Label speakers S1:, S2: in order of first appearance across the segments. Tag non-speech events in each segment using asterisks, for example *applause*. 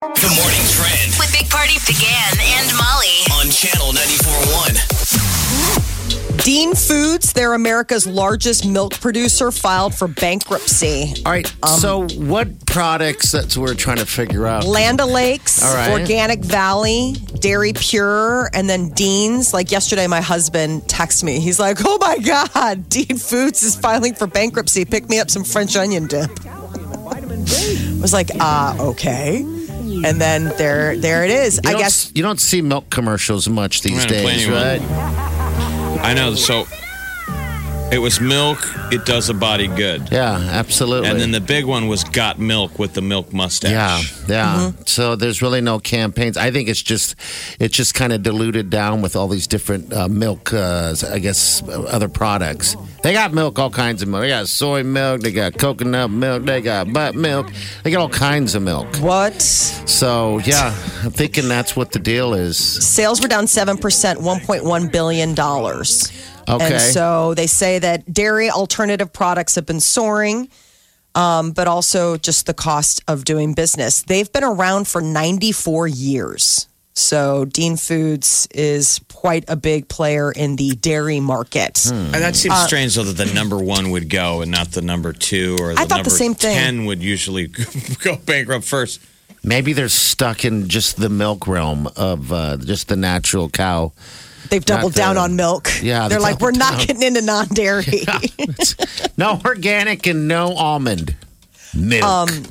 S1: The morning trend
S2: with Big Party began and Molly.
S1: on channel 94.1.
S3: Dean Foods, they're America's largest milk producer, filed for bankruptcy.
S4: All right.
S3: Um,
S4: so, what products that's we're trying to figure out?
S3: Land O'Lakes,
S4: All right.
S3: Organic Valley, Dairy Pure, and then Dean's. Like yesterday, my husband texted me. He's like, oh my God, *laughs* Dean Foods is filing for bankruptcy. Pick me up some French onion dip. I was like, ah, okay. And then there, there it is.
S4: You
S3: I
S4: don't
S3: guess
S4: s- you don't see milk commercials much these
S5: Right, I'm
S4: days, right?
S5: playing I know. So it was milk. It does the body good.
S4: Yeah, absolutely.
S5: And then the big one was got milk with the milk mustache.
S4: yeah, yeah.
S3: Mm-hmm.
S4: So there's really no campaigns. I think it's just it's just kind of diluted down with all these different uh, milk, uh, I guess, uh, other products. They got milk, all kinds of milk. They got soy milk. They got coconut milk. They got butt milk. They got all kinds of milk.
S3: what?
S4: So yeah, I'm thinking that's what the deal is.
S3: Sales were down 7%, $1.1 billion.
S4: Okay.
S3: And so they say that dairy alternative products have been soaring, um, but also just the cost of doing business. They've been around for 94 years. So Dean Foods is quite a big player in the dairy market.
S4: Hmm.
S5: Hmm. And that seems
S3: Uh,
S5: strange, though, that the number one would go and not the number two, or the
S3: I thought the
S5: number
S3: same thing.
S5: ten would usually *laughs* go bankrupt first.
S4: Maybe they're stuck in just the milk realm of uh, just the
S3: *laughs*
S4: natural cow.
S3: They've doubled
S4: the-
S3: down on milk.
S4: Yeah,
S3: They're
S4: they
S3: like, we're
S4: doubled
S3: not
S4: down."
S3: getting into non
S4: *laughs*
S3: dairy.
S4: No organic and no almond milk.
S3: *laughs* Um,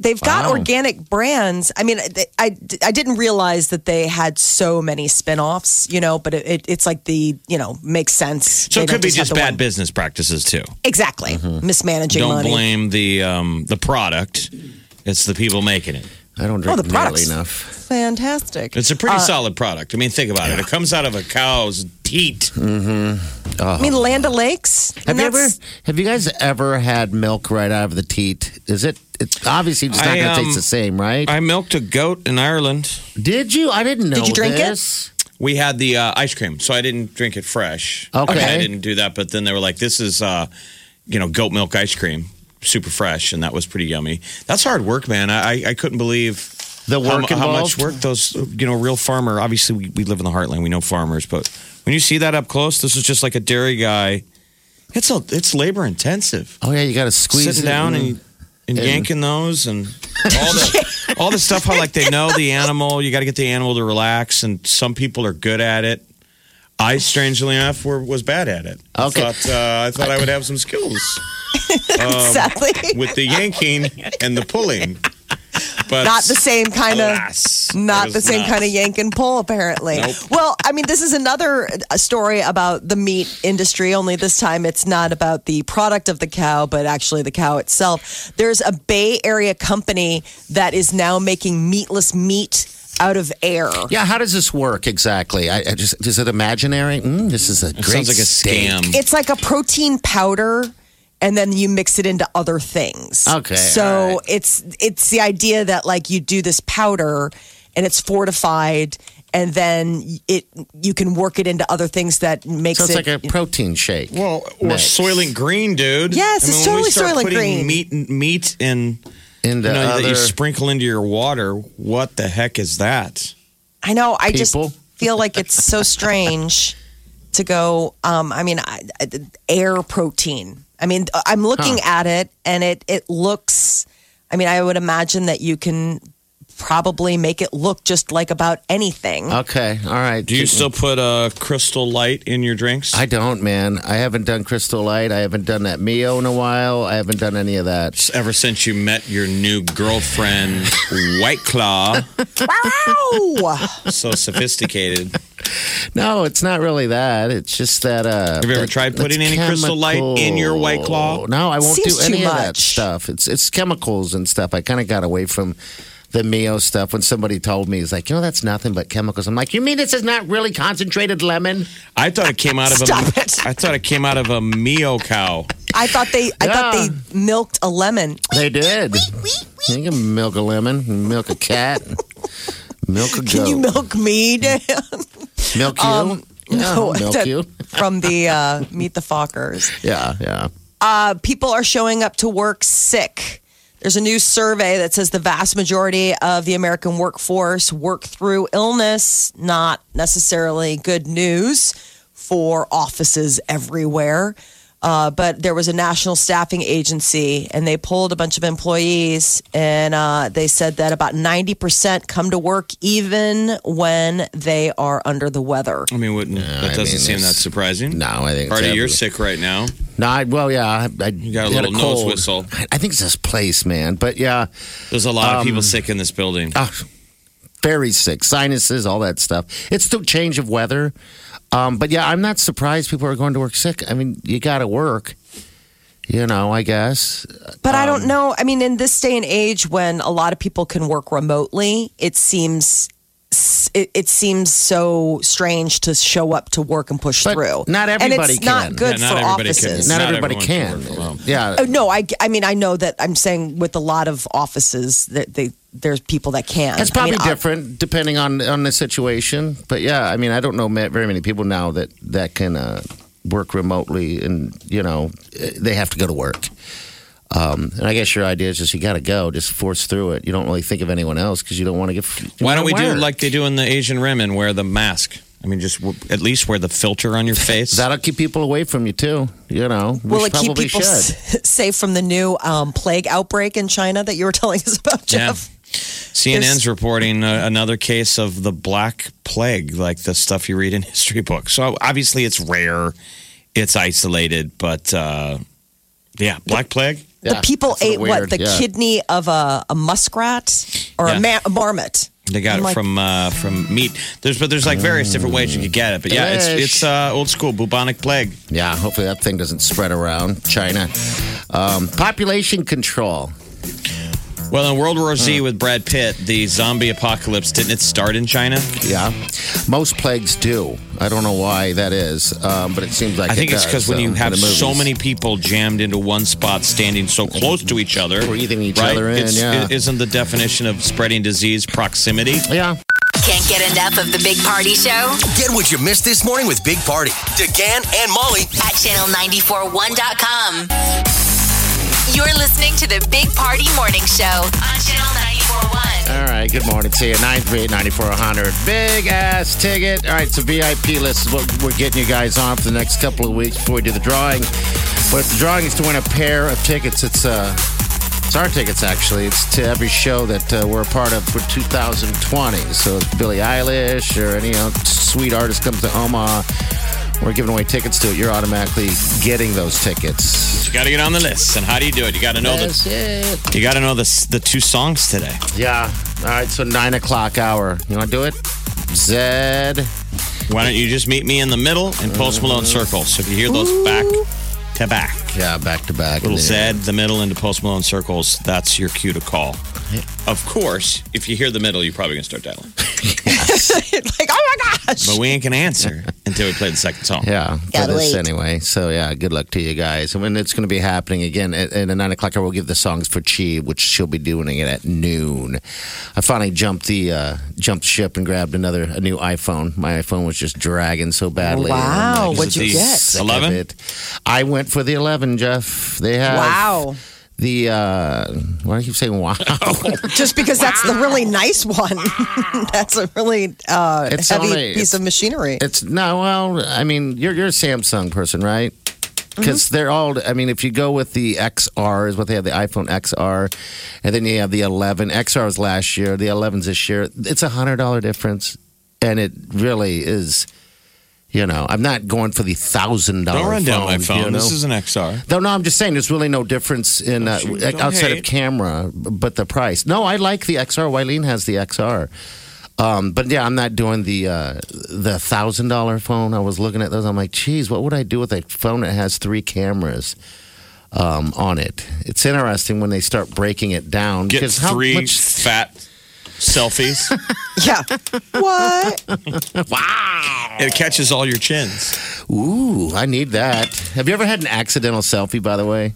S3: They've got
S4: Wow.
S3: organic brands. I mean, I, I, I didn't realize that they had so many spin-offs, you know, but it, it, it's like the, you know, makes sense.
S5: So
S3: They
S5: it could
S3: don't
S5: be
S3: have
S5: just
S3: the
S5: bad
S3: one-
S5: business practices too.
S3: Exactly. Mismanaging
S5: Mm-hmm. Don't
S3: money.
S5: blame the um, the product. It's the people making it.
S4: I don't
S3: Oh,
S4: drink
S3: the
S4: nearly
S3: products.
S4: enough.
S3: Fantastic. Uh,
S5: It's a pretty solid product. I mean, think about it. It comes out of a cow's
S3: *laughs*
S5: teat.
S3: I mean, Land O'Lakes. and
S4: Have you ever?
S3: that's-
S4: Have you guys ever had milk right out of the teat? Is it? It's obviously just not
S5: I,
S4: going to
S5: um,
S4: taste the same, right?
S5: I milked a goat in Ireland.
S4: Did you? I didn't know.
S3: you drink it?
S4: this.
S5: We had the uh, ice cream, so I didn't drink it fresh.
S4: Okay.
S5: I didn't do that, but then they were like, "This is, uh, you know, goat milk ice cream, super fresh," and that was pretty yummy. That's hard work, man. I I, I couldn't believe
S4: The
S5: how, mu-
S4: work
S5: how much
S4: involved?
S5: work those, you know, real farmer. Obviously, we, we live in the heartland. We know farmers, but when you see that up close, this is just like a dairy guy. It's a it's labor intensive.
S4: Oh yeah, you got to squeeze
S5: Sitting
S4: it Mm.
S5: down
S4: in.
S5: and. And yanking those and
S4: *laughs*
S5: all the all the stuff how like they know the animal you got to get the animal to relax and some people are good at it I, strangely enough, were, was bad at it.
S4: Okay.
S5: I thought, uh, I thought I would have some skills
S3: *laughs*
S5: um, *laughs*
S3: Exactly. *laughs*
S5: with the yanking and the pulling. But
S3: Not the same kind of.
S5: alas,
S3: Not
S5: it
S3: the
S5: was
S3: same
S5: not.
S3: kind of yank and pull, apparently.
S5: Nope.
S3: Well, I mean, this is another uh, story about the meat industry, only this time it's not about the product of the cow, but actually the cow itself. There's a Bay Area company that is now making meatless meat out of air.
S4: Yeah, how does this work exactly? I, I just is it imaginary? Mm, this is a
S5: It
S4: great
S5: sounds like a
S4: steak.
S5: scam.
S3: It's like a protein powder. And then you mix it into other things.
S4: Okay, all
S3: So
S4: right.
S3: it's it's the idea that like you do this powder and it's fortified and then it you can work it into other things that makes
S4: So it's
S3: it
S4: like a protein shake.
S5: well, or
S4: Mix.
S5: soylent green, dude.
S3: Yes, it's
S5: when
S3: totally
S5: we start
S3: Soylent
S5: putting
S3: Green.
S5: Meat, meat, and
S4: in the
S5: you know, that
S4: other
S5: you sprinkle into your water. What the heck is that?
S3: I know. I just
S4: People. *laughs*
S3: feel like it's so strange to go. Um, I mean, I, I- air protein. I mean, I'm looking at it, and it it looks. I mean, I would imagine that you can probably make it look just like about anything.
S4: Okay, all right.
S5: Do you still put a crystal light in your drinks?
S4: I don't, man. I haven't done Crystal Light. I haven't done that Mio in a while. I haven't done any of that.
S5: Ever since you met your new girlfriend, White Claw,
S3: wow!
S5: so sophisticated.
S4: No, it's not really that. It's just that. Uh,
S5: Have you ever
S4: that-
S5: tried putting
S4: that's
S5: any crystal light in your White Claw?
S4: No, I won't
S3: Seems
S4: do any
S3: too
S4: of that
S3: much.
S4: stuff. It's it's chemicals and stuff. I kind of got away from the Mio stuff. When somebody told me, it's like, you know, that's nothing but chemicals. I'm like, you mean this is not really concentrated lemon?
S5: I thought it came out of
S3: Stop
S5: a.
S3: it.
S5: I thought it came out of a Mio cow.
S3: I thought they I thought
S4: Yeah.
S3: they milked a lemon.
S4: They did. You can milk a lemon, milk a cat, milk a goat,
S3: Can you milk me, Dan?
S4: milk you. yeah,
S3: Um, *laughs* No,
S4: *laughs* milk
S3: that-
S4: you.
S3: from the uh, Meet the Fockers.
S4: Yeah, yeah.
S3: Uh, people are showing up to work sick. There's a new survey that says the vast majority of the American workforce work through illness, not necessarily good news for offices everywhere. Uh, but there was a national staffing agency and they pulled a bunch of employees and uh, they said that about 90% come to work even when they are under the weather.
S5: I mean, wouldn't
S4: I
S5: that doesn't
S4: mean,
S5: seem
S4: it's-
S5: that surprising?
S4: No, I think it's
S5: Party, you're
S4: every-
S5: sick right now.
S4: No, I, well, yeah, I, I you
S5: got a
S4: had
S5: little
S4: cold.
S5: nose whistle.
S4: I, I think it's this place, man. But yeah,
S5: There's a lot of
S4: Um,
S5: people sick in this building.
S4: ah, very sick, sinuses, all that stuff. It's the change of weather. Um, but yeah, I'm not surprised people are going to work sick. I mean, you got to work. You know, I guess.
S3: But I
S4: Um,
S3: don't know. I mean, in this day and age, when a lot of people can work remotely, it seems it, it seems so strange to show up to work and push
S4: But
S3: through.
S4: not
S3: and
S4: everybody
S3: it's not
S4: can.
S3: good
S5: Yeah,
S3: for
S5: not everybody can.
S3: offices.
S4: Not,
S5: Not
S4: everybody
S5: everyone can
S4: can.
S5: work from home.
S4: yeah.
S3: Oh, no, I, I mean I know that I'm saying with a lot of offices that they there's people that can.
S4: It's probably
S3: I mean, uh, I-
S4: different depending on on the situation, but yeah, I mean, I don't know ma- very many people now that that can uh, work remotely, and you know, eh, they have to go to work. Um, and I guess your idea is just you got to go, just force through it. You don't really think of anyone else because you don't want to get. you
S5: Why don't we
S4: wanna
S5: do
S4: work.
S5: like they do in the Asian rim and wear the mask? I mean, just w- at least wear the
S4: *laughs*
S5: filter on your face.
S4: That'll keep people away from you too. You know,
S3: Will
S4: we
S3: it keep
S4: probably
S3: people
S4: should.
S3: s- *laughs* safe from the new um, plague outbreak in China that you were *laughs* telling us about,
S5: yeah.
S3: Jeff?
S5: CNN's reporting uh, another case of the Black Plague, like the stuff you read in *laughs* history books. So obviously, it's rare, it's isolated, but uh, yeah, Black Plague.
S4: Yeah,
S3: the people
S4: that's
S3: ate
S4: sort of
S3: what
S4: weird,
S3: the
S4: yeah.
S3: kidney of a, a muskrat or a, ma-
S5: Yeah.
S3: a marmot.
S5: They got
S3: I'm
S5: it
S3: like-
S5: from uh, from meat. There's but there's like various different ways you could get it. But yeah, it's
S4: Ish.
S5: it's uh, old school bubonic plague.
S4: Yeah, hopefully that thing doesn't spread around China. Um, population control.
S5: Well, in World War Z with Brad Pitt, the zombie apocalypse didn't it start in China?
S4: Yeah, most plagues do. I don't know why that is, um, but it seems like
S5: I think
S4: it
S5: it's
S4: does,
S5: because when
S4: um,
S5: you
S4: in
S5: have
S4: the
S5: so
S4: movies.
S5: many people jammed into one spot, standing so close to each other,
S4: Breathing each
S5: right?
S4: other in,
S5: It's-
S4: yeah.
S5: it- Isn't the definition of spreading disease proximity?
S4: Yeah,
S2: Can't get enough of the Big Party Show
S1: Get what you missed this morning with Big Party, DeGan and Molly.
S2: at channel941.com. You're listening to the Big Party Morning Show on Channel 941.
S4: all right. Good morning to you. Nine three eight ninety four hundred. Big ass ticket. All right, so VIP list is what we're getting you guys on for the next couple of weeks before we do the drawing. But if the drawing is to win a pair of tickets, it's uh, it's our tickets actually. It's to every show that uh, we're a part of for 2020. So if Billie Eilish or any you know, sweet artist comes to Omaha. We're giving away tickets to it. You're automatically getting those tickets.
S5: You got to get on the list. And how do you do it? You got to know the you got to know the s- the two songs today.
S4: Yeah. All right. So nine o'clock hour. You want to do it? Zed.
S5: Why don't you just meet me in the middle in Post
S4: Mm-hmm.
S5: Malone circles? So if you hear those back to back,
S4: Yeah, back to back.
S5: little
S4: Yeah.
S5: Zed, the middle into Post Malone circles, that's your cue to call. Of course, if you hear the middle, you're probably going to start dialing.
S3: *laughs* like, oh my gosh.
S5: But we ain't going to
S4: *laughs*
S5: answer until we play the second song.
S4: Yeah,
S3: Gotta
S4: but it's
S3: wait.
S4: anyway. So yeah, good luck to you guys. And when it's going to be happening again at, at the nine o'clock hour, we'll give the songs for Chi, which she'll be doing it at noon. I finally jumped the uh, jumped ship and grabbed another a new iPhone. My iPhone was just dragging so badly.
S3: Wow,
S4: I'm
S3: what'd you
S4: "This is
S3: get?
S4: sick of
S5: 11?
S4: it." I went for the eleven, Jeff. They have
S3: Wow.
S4: the uh, why do I keep saying wow? *laughs*
S3: Just because that's the really nice one. *laughs* that's a really uh,
S4: It's
S3: heavy
S4: only-
S3: piece of
S4: *laughs*
S3: machinery.
S4: It's no, well, I mean, you're you're a Samsung person, right? Because they're all. I mean, if you go with the XR, is what they have the iPhone XR, and then you have the 11. XR was last year. The 11's this year. It's a hundred dollar difference, and it really is. You know, I'm not going for the thousand dollar.
S5: Don't run down my phone.
S4: You know?
S5: This is an XR.
S4: No, no, I'm just saying there's really no difference in uh,
S5: shoot, don't
S4: outside of
S5: hate.
S4: camera, b- but the price. No, I like the XR. Wileen has the XR. Um, but yeah, I'm not doing the uh, the thousand dollar phone. I was looking at those. I'm like, geez, what would I do with a phone that has three cameras um, on it? It's interesting when they start breaking it down
S5: Get
S4: because how
S5: three
S4: much
S5: fat
S4: *laughs*
S5: selfies.
S3: Yeah. what?
S4: Wow.
S5: it catches all your chins.
S4: Ah! Ooh, I need that. Have you ever had an accidental selfie, by the way?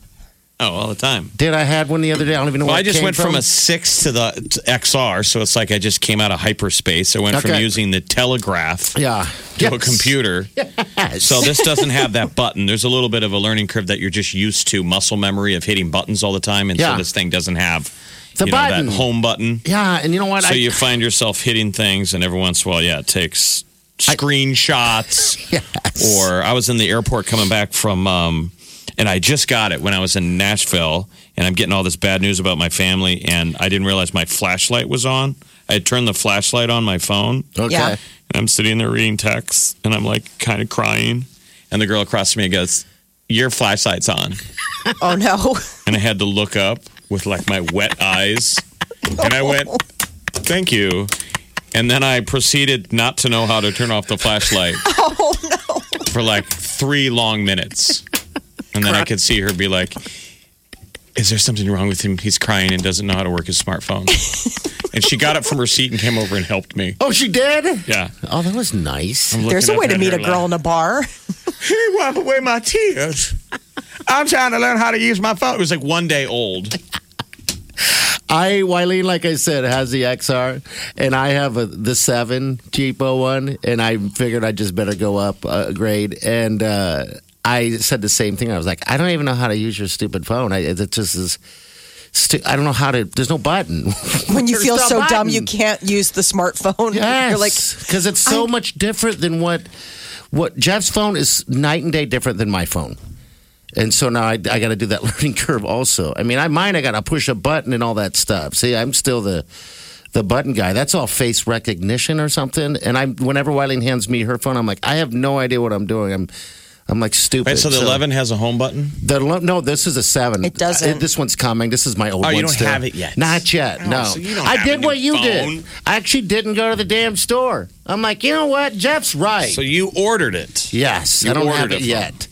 S5: Oh, all the time.
S4: Did I had one the other day? I don't even know
S5: Well,
S4: where
S5: I
S4: it
S5: just
S4: came
S5: went from, a six to the to XR, so it's like I just came out of hyperspace. I went from
S4: Okay.
S5: using the telegraph
S4: yeah
S5: to a computer.
S4: Yes.
S5: So this doesn't have
S4: *laughs*
S5: that button. There's a little bit of a learning curve that you're just used to muscle memory of hitting buttons all the time, and
S4: Yeah.
S5: so this thing doesn't have
S4: The
S5: you know,
S4: button.
S5: that home button.
S4: yeah, and you know what?
S5: So
S4: I,
S5: you find yourself hitting things, and every once in a while, yeah, it takes screenshots. *laughs*
S4: yes.
S5: Or I was in the airport coming back from, um, and I just got it when I was in Nashville, and I'm getting all this bad news about my family, and I didn't realize my flashlight was on. I had turned the flashlight on my phone,
S4: okay.
S3: Yeah.
S5: and I'm sitting there reading texts, and I'm like kind of crying, and the girl across from me goes, "Your flashlight's on."
S3: Oh, no.
S5: and I had to look up with like my wet eyes. And I went, thank you. And then I proceeded not to know how to turn off the flashlight
S3: *laughs* Oh, no.
S5: for like three long minutes. And then I could see her be like, is there something wrong with him? He's crying and doesn't know how to work his
S3: *laughs*
S5: smartphone. and she got up from her seat and came over and helped me.
S4: Oh, she did.
S5: Yeah.
S4: Oh, that was nice.
S5: I'm
S3: There's a
S5: looking
S3: way
S5: up
S3: to
S5: at
S3: meet
S5: her
S3: a girl
S5: like,
S3: in a bar. *laughs*
S5: he wipe away my tears. I'm trying to learn how to use my phone. It was like one day old.
S4: I Wileen, like I said, has the XR, and I have a, the seven cheapo one, and I figured I just better go up a grade, and uh, I said the same thing. I was like, I don't even know how to use your stupid phone. I, it just is. Stu- I don't know how to. There's no button.
S3: When you
S4: *laughs* There's
S3: feel
S4: no
S3: so dumb,
S4: button.
S3: you can't use the smartphone. *laughs*
S4: Yes,
S3: You're like,
S4: because it's so much different than what what Jeff's phone is night and day different than my phone. And so now I, I got to do that *laughs* learning curve also. I mean, I mine I got to push a button and all that stuff. See, I'm still the the button guy. That's all face recognition or something. And I, am whenever Wileen hands me her phone, I'm like, I have no idea what I'm doing. I'm I'm like stupid.
S5: Right, so the 11 has a home button?
S4: The lo- no, this is a seven.
S3: It doesn't.
S4: Uh, this one's coming. This is my old
S5: Oh,
S4: one.
S5: you don't
S4: still.
S5: have it yet.
S4: Not yet.
S5: Oh,
S4: no.
S5: so you don't
S4: I
S5: have a
S4: did
S5: new
S4: what you
S5: phone.
S4: did. I actually didn't go to the damn store. I'm like, you know what? Jeff's right.
S5: So you ordered it.
S4: yes,
S5: you
S4: I don't have
S5: ordered a
S4: it
S5: phone.
S4: yet.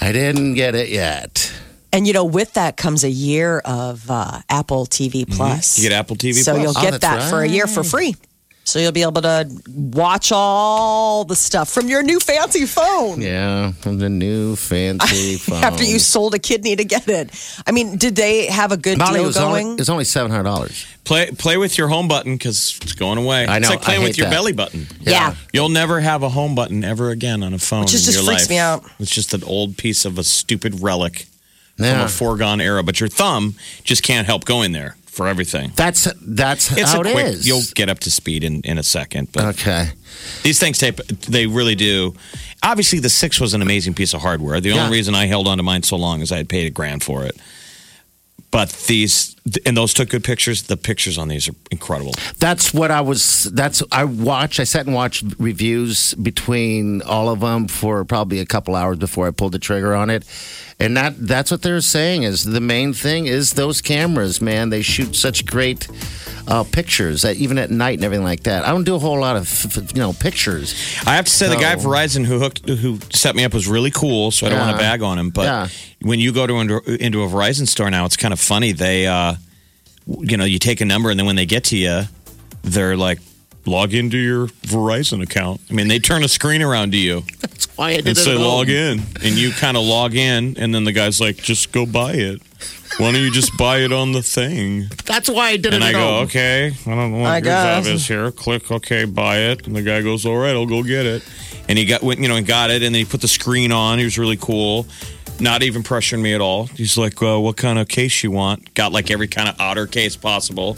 S4: I didn't get it yet.
S3: and you know, with that comes a year of uh, Apple TV
S4: Mm-hmm.
S3: Plus.
S5: You get Apple TV
S3: so
S5: Plus?
S3: you'll
S4: Oh,
S3: get that
S4: that's
S3: for a year for free. So you'll be able to watch all the stuff from your new fancy phone.
S4: Yeah, from the new fancy
S3: *laughs*
S4: phone.
S3: After you sold a kidney to get it, I mean, did they have a good
S4: Molly, it
S3: deal
S4: was only,
S3: going?
S4: it was only seven hundred dollars.
S5: Play play with your home button because it's going away.
S4: I
S5: It's
S4: know,
S5: like playing
S4: I
S5: with
S4: hate
S5: your
S4: that.
S5: belly button.
S3: yeah.
S5: You'll never have a home button ever again on a phone.
S3: Which
S5: in
S3: is just
S5: your
S3: freaks
S5: life.
S3: me out.
S5: It's just an old piece of a stupid relic from
S4: Yeah,
S5: a foregone era. But your thumb just can't help going there for everything.
S4: that's that's
S5: It's
S4: how
S5: a
S4: it
S5: quick.
S4: is.
S5: You'll get up to speed in, in a second. But
S4: okay.
S5: These things tape, they really do. Obviously, the six was an amazing piece of hardware. The
S4: Yeah.
S5: only reason I held on to mine so long is I had paid a grand for it. But these, and those took good pictures. The pictures on these are incredible.
S4: That's what I was. That's I watched. I sat and watched reviews between all of them for probably a couple hours before I pulled the trigger on it, and that that's what they're saying is the main thing is those cameras, man. They shoot such great uh, pictures, that even at night and everything like that. I don't do a whole lot of f- f- you know pictures.
S5: I have to say, the guy at
S4: So-
S5: Verizon who hooked, who set me up was really cool. So I don't want to
S4: Yeah.
S5: bag on him. But
S4: Yeah.
S5: when you go to into, into a Verizon store now, it's kind of funny. They, uh, you know, you take a number, and then when they get to you, they're like, log into your Verizon account. I mean, they turn a screen around to you.
S4: That's why I did
S5: and
S4: it
S5: say
S4: at
S5: log
S4: home.
S5: in and you kind of log in and then the guy's like just go buy it why don't you just buy it on the thing
S4: That's why I did
S5: and
S4: it.
S5: i
S4: at
S5: go
S4: home.
S5: okay i don't know what
S3: I
S5: your job
S3: guess.
S5: is here click okay buy it and the guy goes all right i'll go get it and he got went you know and got it and then he put the screen on he was really cool not even pressuring me at all he's like well, what kind of case you want got like every kind of otter case possible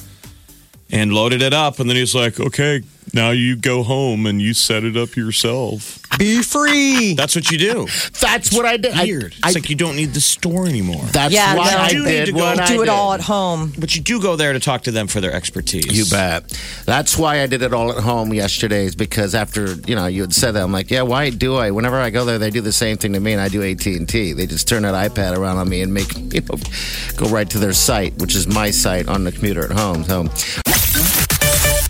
S5: and loaded it up and then he's like okay now you go home and you set it up yourself
S3: Be free.
S5: that's what you do
S4: That's what I did. I-
S5: weird.
S4: I,
S5: it's like you don't need the store anymore.
S4: that's
S3: Yeah,
S4: why
S3: no.
S4: I
S3: You do
S4: did
S5: need to
S4: what
S5: go
S4: I
S3: Do it
S4: did.
S3: all at home.
S5: but you do go there to talk to them for their expertise.
S4: You bet. That's why I did it all at home yesterday, is because after you know you had said that, I'm like, yeah, why do I? Whenever I go there, they do the same thing to me, and I do AT and T. They just turn that iPad around on me *laughs* and make you know go right to their site, which is my site on the computer at home. So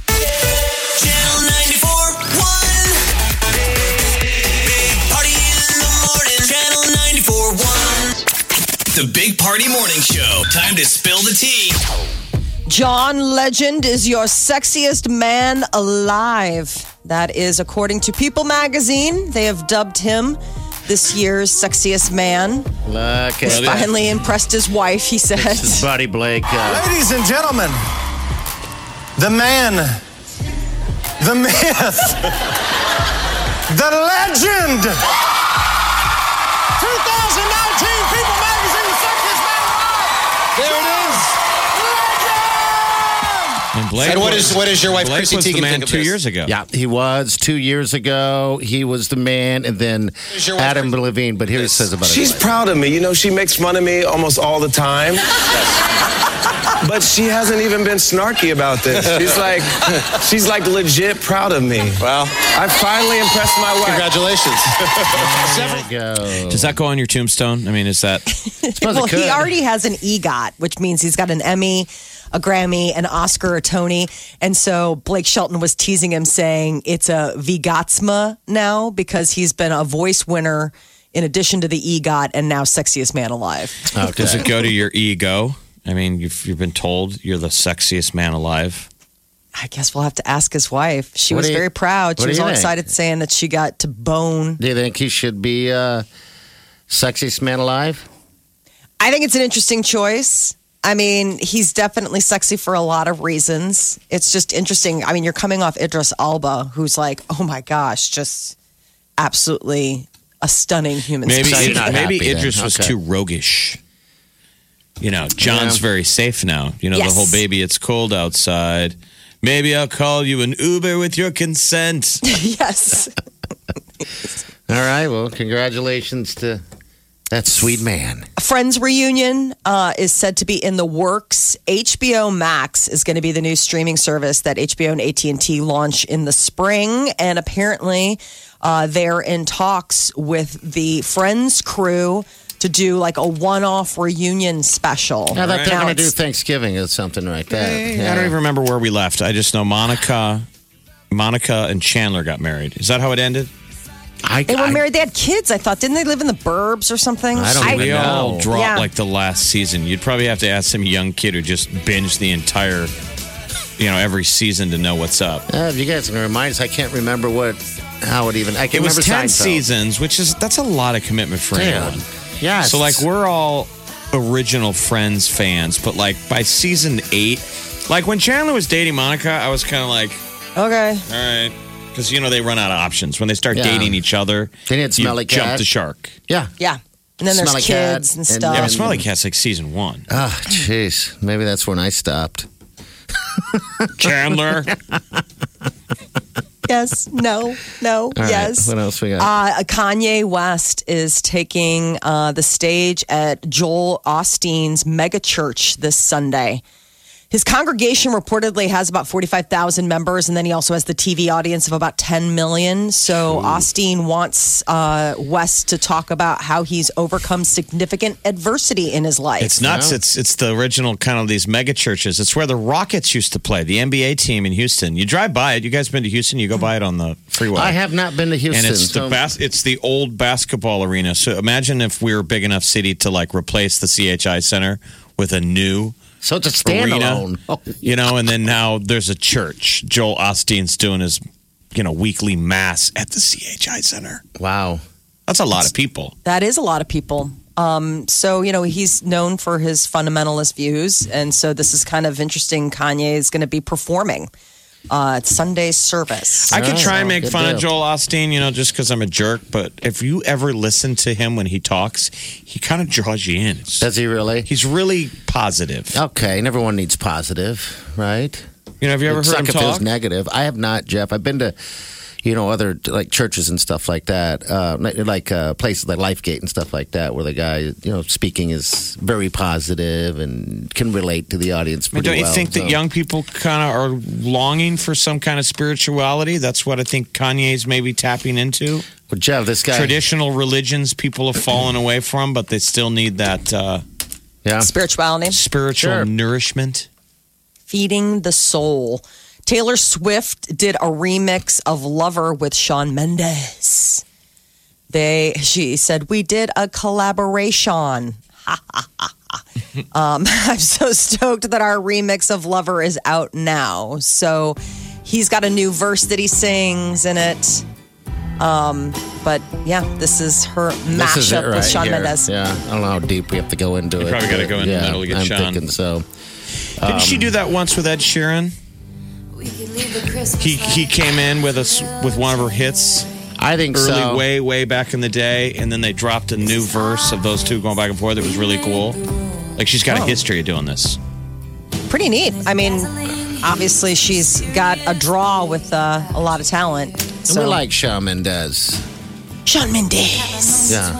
S1: Channel 94.1. Big Party in the morning. Channel 94.1. The Big Party Morning Show. Time to spill the tea.
S3: John Legend is your sexiest man alive. That is according to People magazine. They have dubbed him this year's sexiest man.
S4: Look at
S5: Yeah.
S3: Finally impressed his wife, he
S4: this is
S3: says.
S4: Buddy Blake. Uh,
S6: Ladies and gentlemen, the man, the myth, *laughs* the legend. 2019 People Magazine Sexiest Man Alive. There it is. Legend.
S5: And Blake
S7: And what
S5: was-
S7: is- what is your wife,
S5: Blake
S7: Chrissy
S5: was the
S7: Teigen,
S5: man
S7: think of
S5: two
S7: this?
S5: years ago.
S4: yeah, he was two years ago. He was the man, and then
S7: Is your wife
S4: Adam Levine. But here it says about
S8: She's
S4: it.
S8: proud of me. You know, she makes fun of me almost all the time. But she hasn't even been snarky about this. She's like, she's like legit proud of me. Well, I finally impressed my wife.
S7: Congratulations.
S4: There you go.
S5: Does that go on your tombstone? I mean,
S7: *laughs*
S5: is that
S4: Suppose it
S3: well, he
S4: could.
S3: already has an EGOT, which means he's got an Emmy, a Grammy, an Oscar, a Tony. And so Blake Shelton was teasing him, saying it's a Vigatsma now because he's been a voice winner in addition to the EGOT and now sexiest man alive.
S5: does it go to your ego? I mean, you've you've been told you're the sexiest man alive.
S3: I guess we'll have to ask his wife. She
S4: What
S3: was
S4: do you-
S3: very proud. She
S4: what do
S3: was
S4: you
S3: all
S4: think?
S3: excited saying that she got to bone.
S4: Do you think he should be uh, sexiest man alive?
S3: I think it's an interesting choice. I mean, he's definitely sexy for a lot of reasons. It's just interesting. I mean, you're coming off Idris Alba, who's like, oh my gosh, just absolutely a stunning human.
S5: Maybe
S4: So
S3: specimen.
S4: you're not
S5: maybe
S4: happy then.
S5: Idris was
S4: Okay.
S5: too roguish. You know, John's
S4: Yeah.
S5: very safe now. You know,
S3: Yes.
S5: the whole baby, it's cold outside. Maybe I'll call you an Uber with your consent.
S3: *laughs* yes.
S4: All right. Well, congratulations to that sweet man.
S3: Friends reunion uh, is said to be in the works. HBO Max is going to be the new streaming service that HBO and AT and T launch in the spring, and apparently uh, they're in talks with the Friends crew to do like a one-off reunion special.
S4: I thought they were
S3: Now
S4: going to do
S3: it's-
S4: Thanksgiving or something like that.
S5: I don't even remember where we left. I just know Monica, Monica and Chandler got married. Is that how it ended?
S4: I,
S3: they were
S4: I-
S3: married. They had kids. I thought didn't they live in the burbs or something?
S4: I don't
S5: We
S4: even
S5: all
S4: know.
S5: dropped
S3: Yeah.
S5: like the last season. You'd probably have to ask some young kid who just binged the entire, you know, every season to know what's up.
S4: Uh, if you guys can remind us, I can't remember what how it even. I can
S5: It was
S4: remember
S5: ten
S4: Seinfeld.
S5: seasons, which is that's a lot of commitment for
S4: Damn.
S5: anyone.
S4: Yes.
S5: So like we're all original Friends fans, but like by season eight, like when Chandler was dating Monica, I was kind of like,
S3: Okay.
S5: all right, because you know they run out of options when they start
S4: Yeah.
S5: dating each other.
S4: Then it's
S5: you
S4: Smelly
S5: jump
S4: Cat.
S5: the shark.
S4: yeah.
S3: Yeah. And then
S4: Smelly
S3: there's
S4: cat
S3: kids and
S4: and-
S3: stuff.
S5: Yeah,
S4: Um,
S5: but Smelly Cat's like
S4: *laughs*
S5: season one.
S4: Oh, jeez. Maybe that's when I stopped.
S5: Chandler,
S3: yes. No. No.
S4: All right,
S3: yes.
S4: What else we got?
S3: Uh, Kanye West is taking uh, the stage at Joel Osteen's mega church this Sunday. His congregation reportedly has about 45,000 members, and then he also has the TV audience of about 10 million. So Osteen wants uh, West to talk about how he's overcome significant adversity in his life.
S5: it's nuts.
S4: Yeah.
S5: It's it's the original kind of these mega churches. It's where the Rockets used to play, the NBA team in Houston. You drive by it. You guys been to Houston? You go by it on the freeway.
S4: I have not been to Houston.
S5: and it's the
S4: so-
S5: bas- it's the old basketball arena. So imagine if we were a big enough city to like replace the CHI Center with a new
S4: So it's a
S5: arena,
S4: standalone. Oh,
S5: you know. And then now there's a church. Joel Osteen's doing his you know weekly mass at the CHI Center.
S4: wow.
S5: That's a lot of people.
S3: That is a lot of people. Um, so you know he's known for his fundamentalist views, and so this is kind of interesting. Kanye is going to be performing uh, at Sunday service.
S5: I could
S4: Alright,
S5: try
S4: well,
S5: and make
S4: Oh, good
S5: fun of
S4: deal.
S5: Joel Osteen, you know, just because I'm a jerk. But if you ever listen to him when he talks, he kind of draws you in. It's-
S4: Does he really?
S5: He's really positive.
S4: Okay, and everyone needs positive, right?
S5: You know, have you ever
S4: It'd
S5: heard
S4: suck
S5: him
S4: if it was
S5: talk?
S4: negative. I have not, Jeff. I've been to, you know, other like churches and stuff like that, uh, like- like uh, places like LifeGate and stuff like that, where the guy, you know, speaking is very positive and can relate to the audience
S5: I mean,
S4: pretty
S5: don't you
S4: well,
S5: think that
S4: so-
S5: young people kind of are longing for some kind of spirituality? That's what I think Kanye's maybe tapping into.
S4: Well, Jeff, this guy,
S5: Traditional religions people have fallen away from, but they still need that uh,
S4: yeah,
S3: Spirituality,
S5: spiritual
S4: Sure.
S5: nourishment.
S3: feeding the soul. Taylor Swift did a remix of "Lover" with Sean Mendes. They, she said, we did a collaboration. *laughs* Um, *laughs* I'm so stoked that our remix of Lover is out now. So he's got a new verse that he sings in it. Um, but yeah, this is her
S4: This is it
S3: mashup with
S4: right
S3: Sean
S4: here.
S3: Mendes.
S4: Yeah, I don't know how deep we have to go into it.
S5: probably gotta
S4: but
S5: go in the
S4: yeah,
S5: middle to get
S4: I'm
S5: Sean.
S4: thinking so.
S5: Didn't she do that once with Ed Sheeran? He he came in with us with one of her hits
S4: I think
S5: early,
S4: so.
S5: way way back in the day, and then they dropped a new verse of those two going back and forth. It was really cool. Like she's got a
S3: Oh.
S5: history of doing this.
S3: Pretty neat. I mean, obviously she's got a draw with uh, a lot of talent.
S4: And
S3: So
S4: we like Sean Mendes.
S3: Sean Mendes.
S4: Yeah,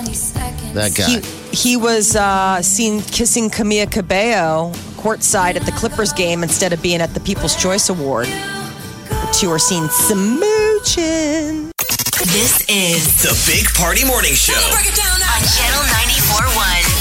S4: that guy.
S3: He, he was uh, seen kissing Camilla Cabello courtside at the Clippers game instead of being at the People's Choice Award. The two are seen smooching.
S2: This is
S1: The Big Party Morning Show.
S2: on Channel 94.1.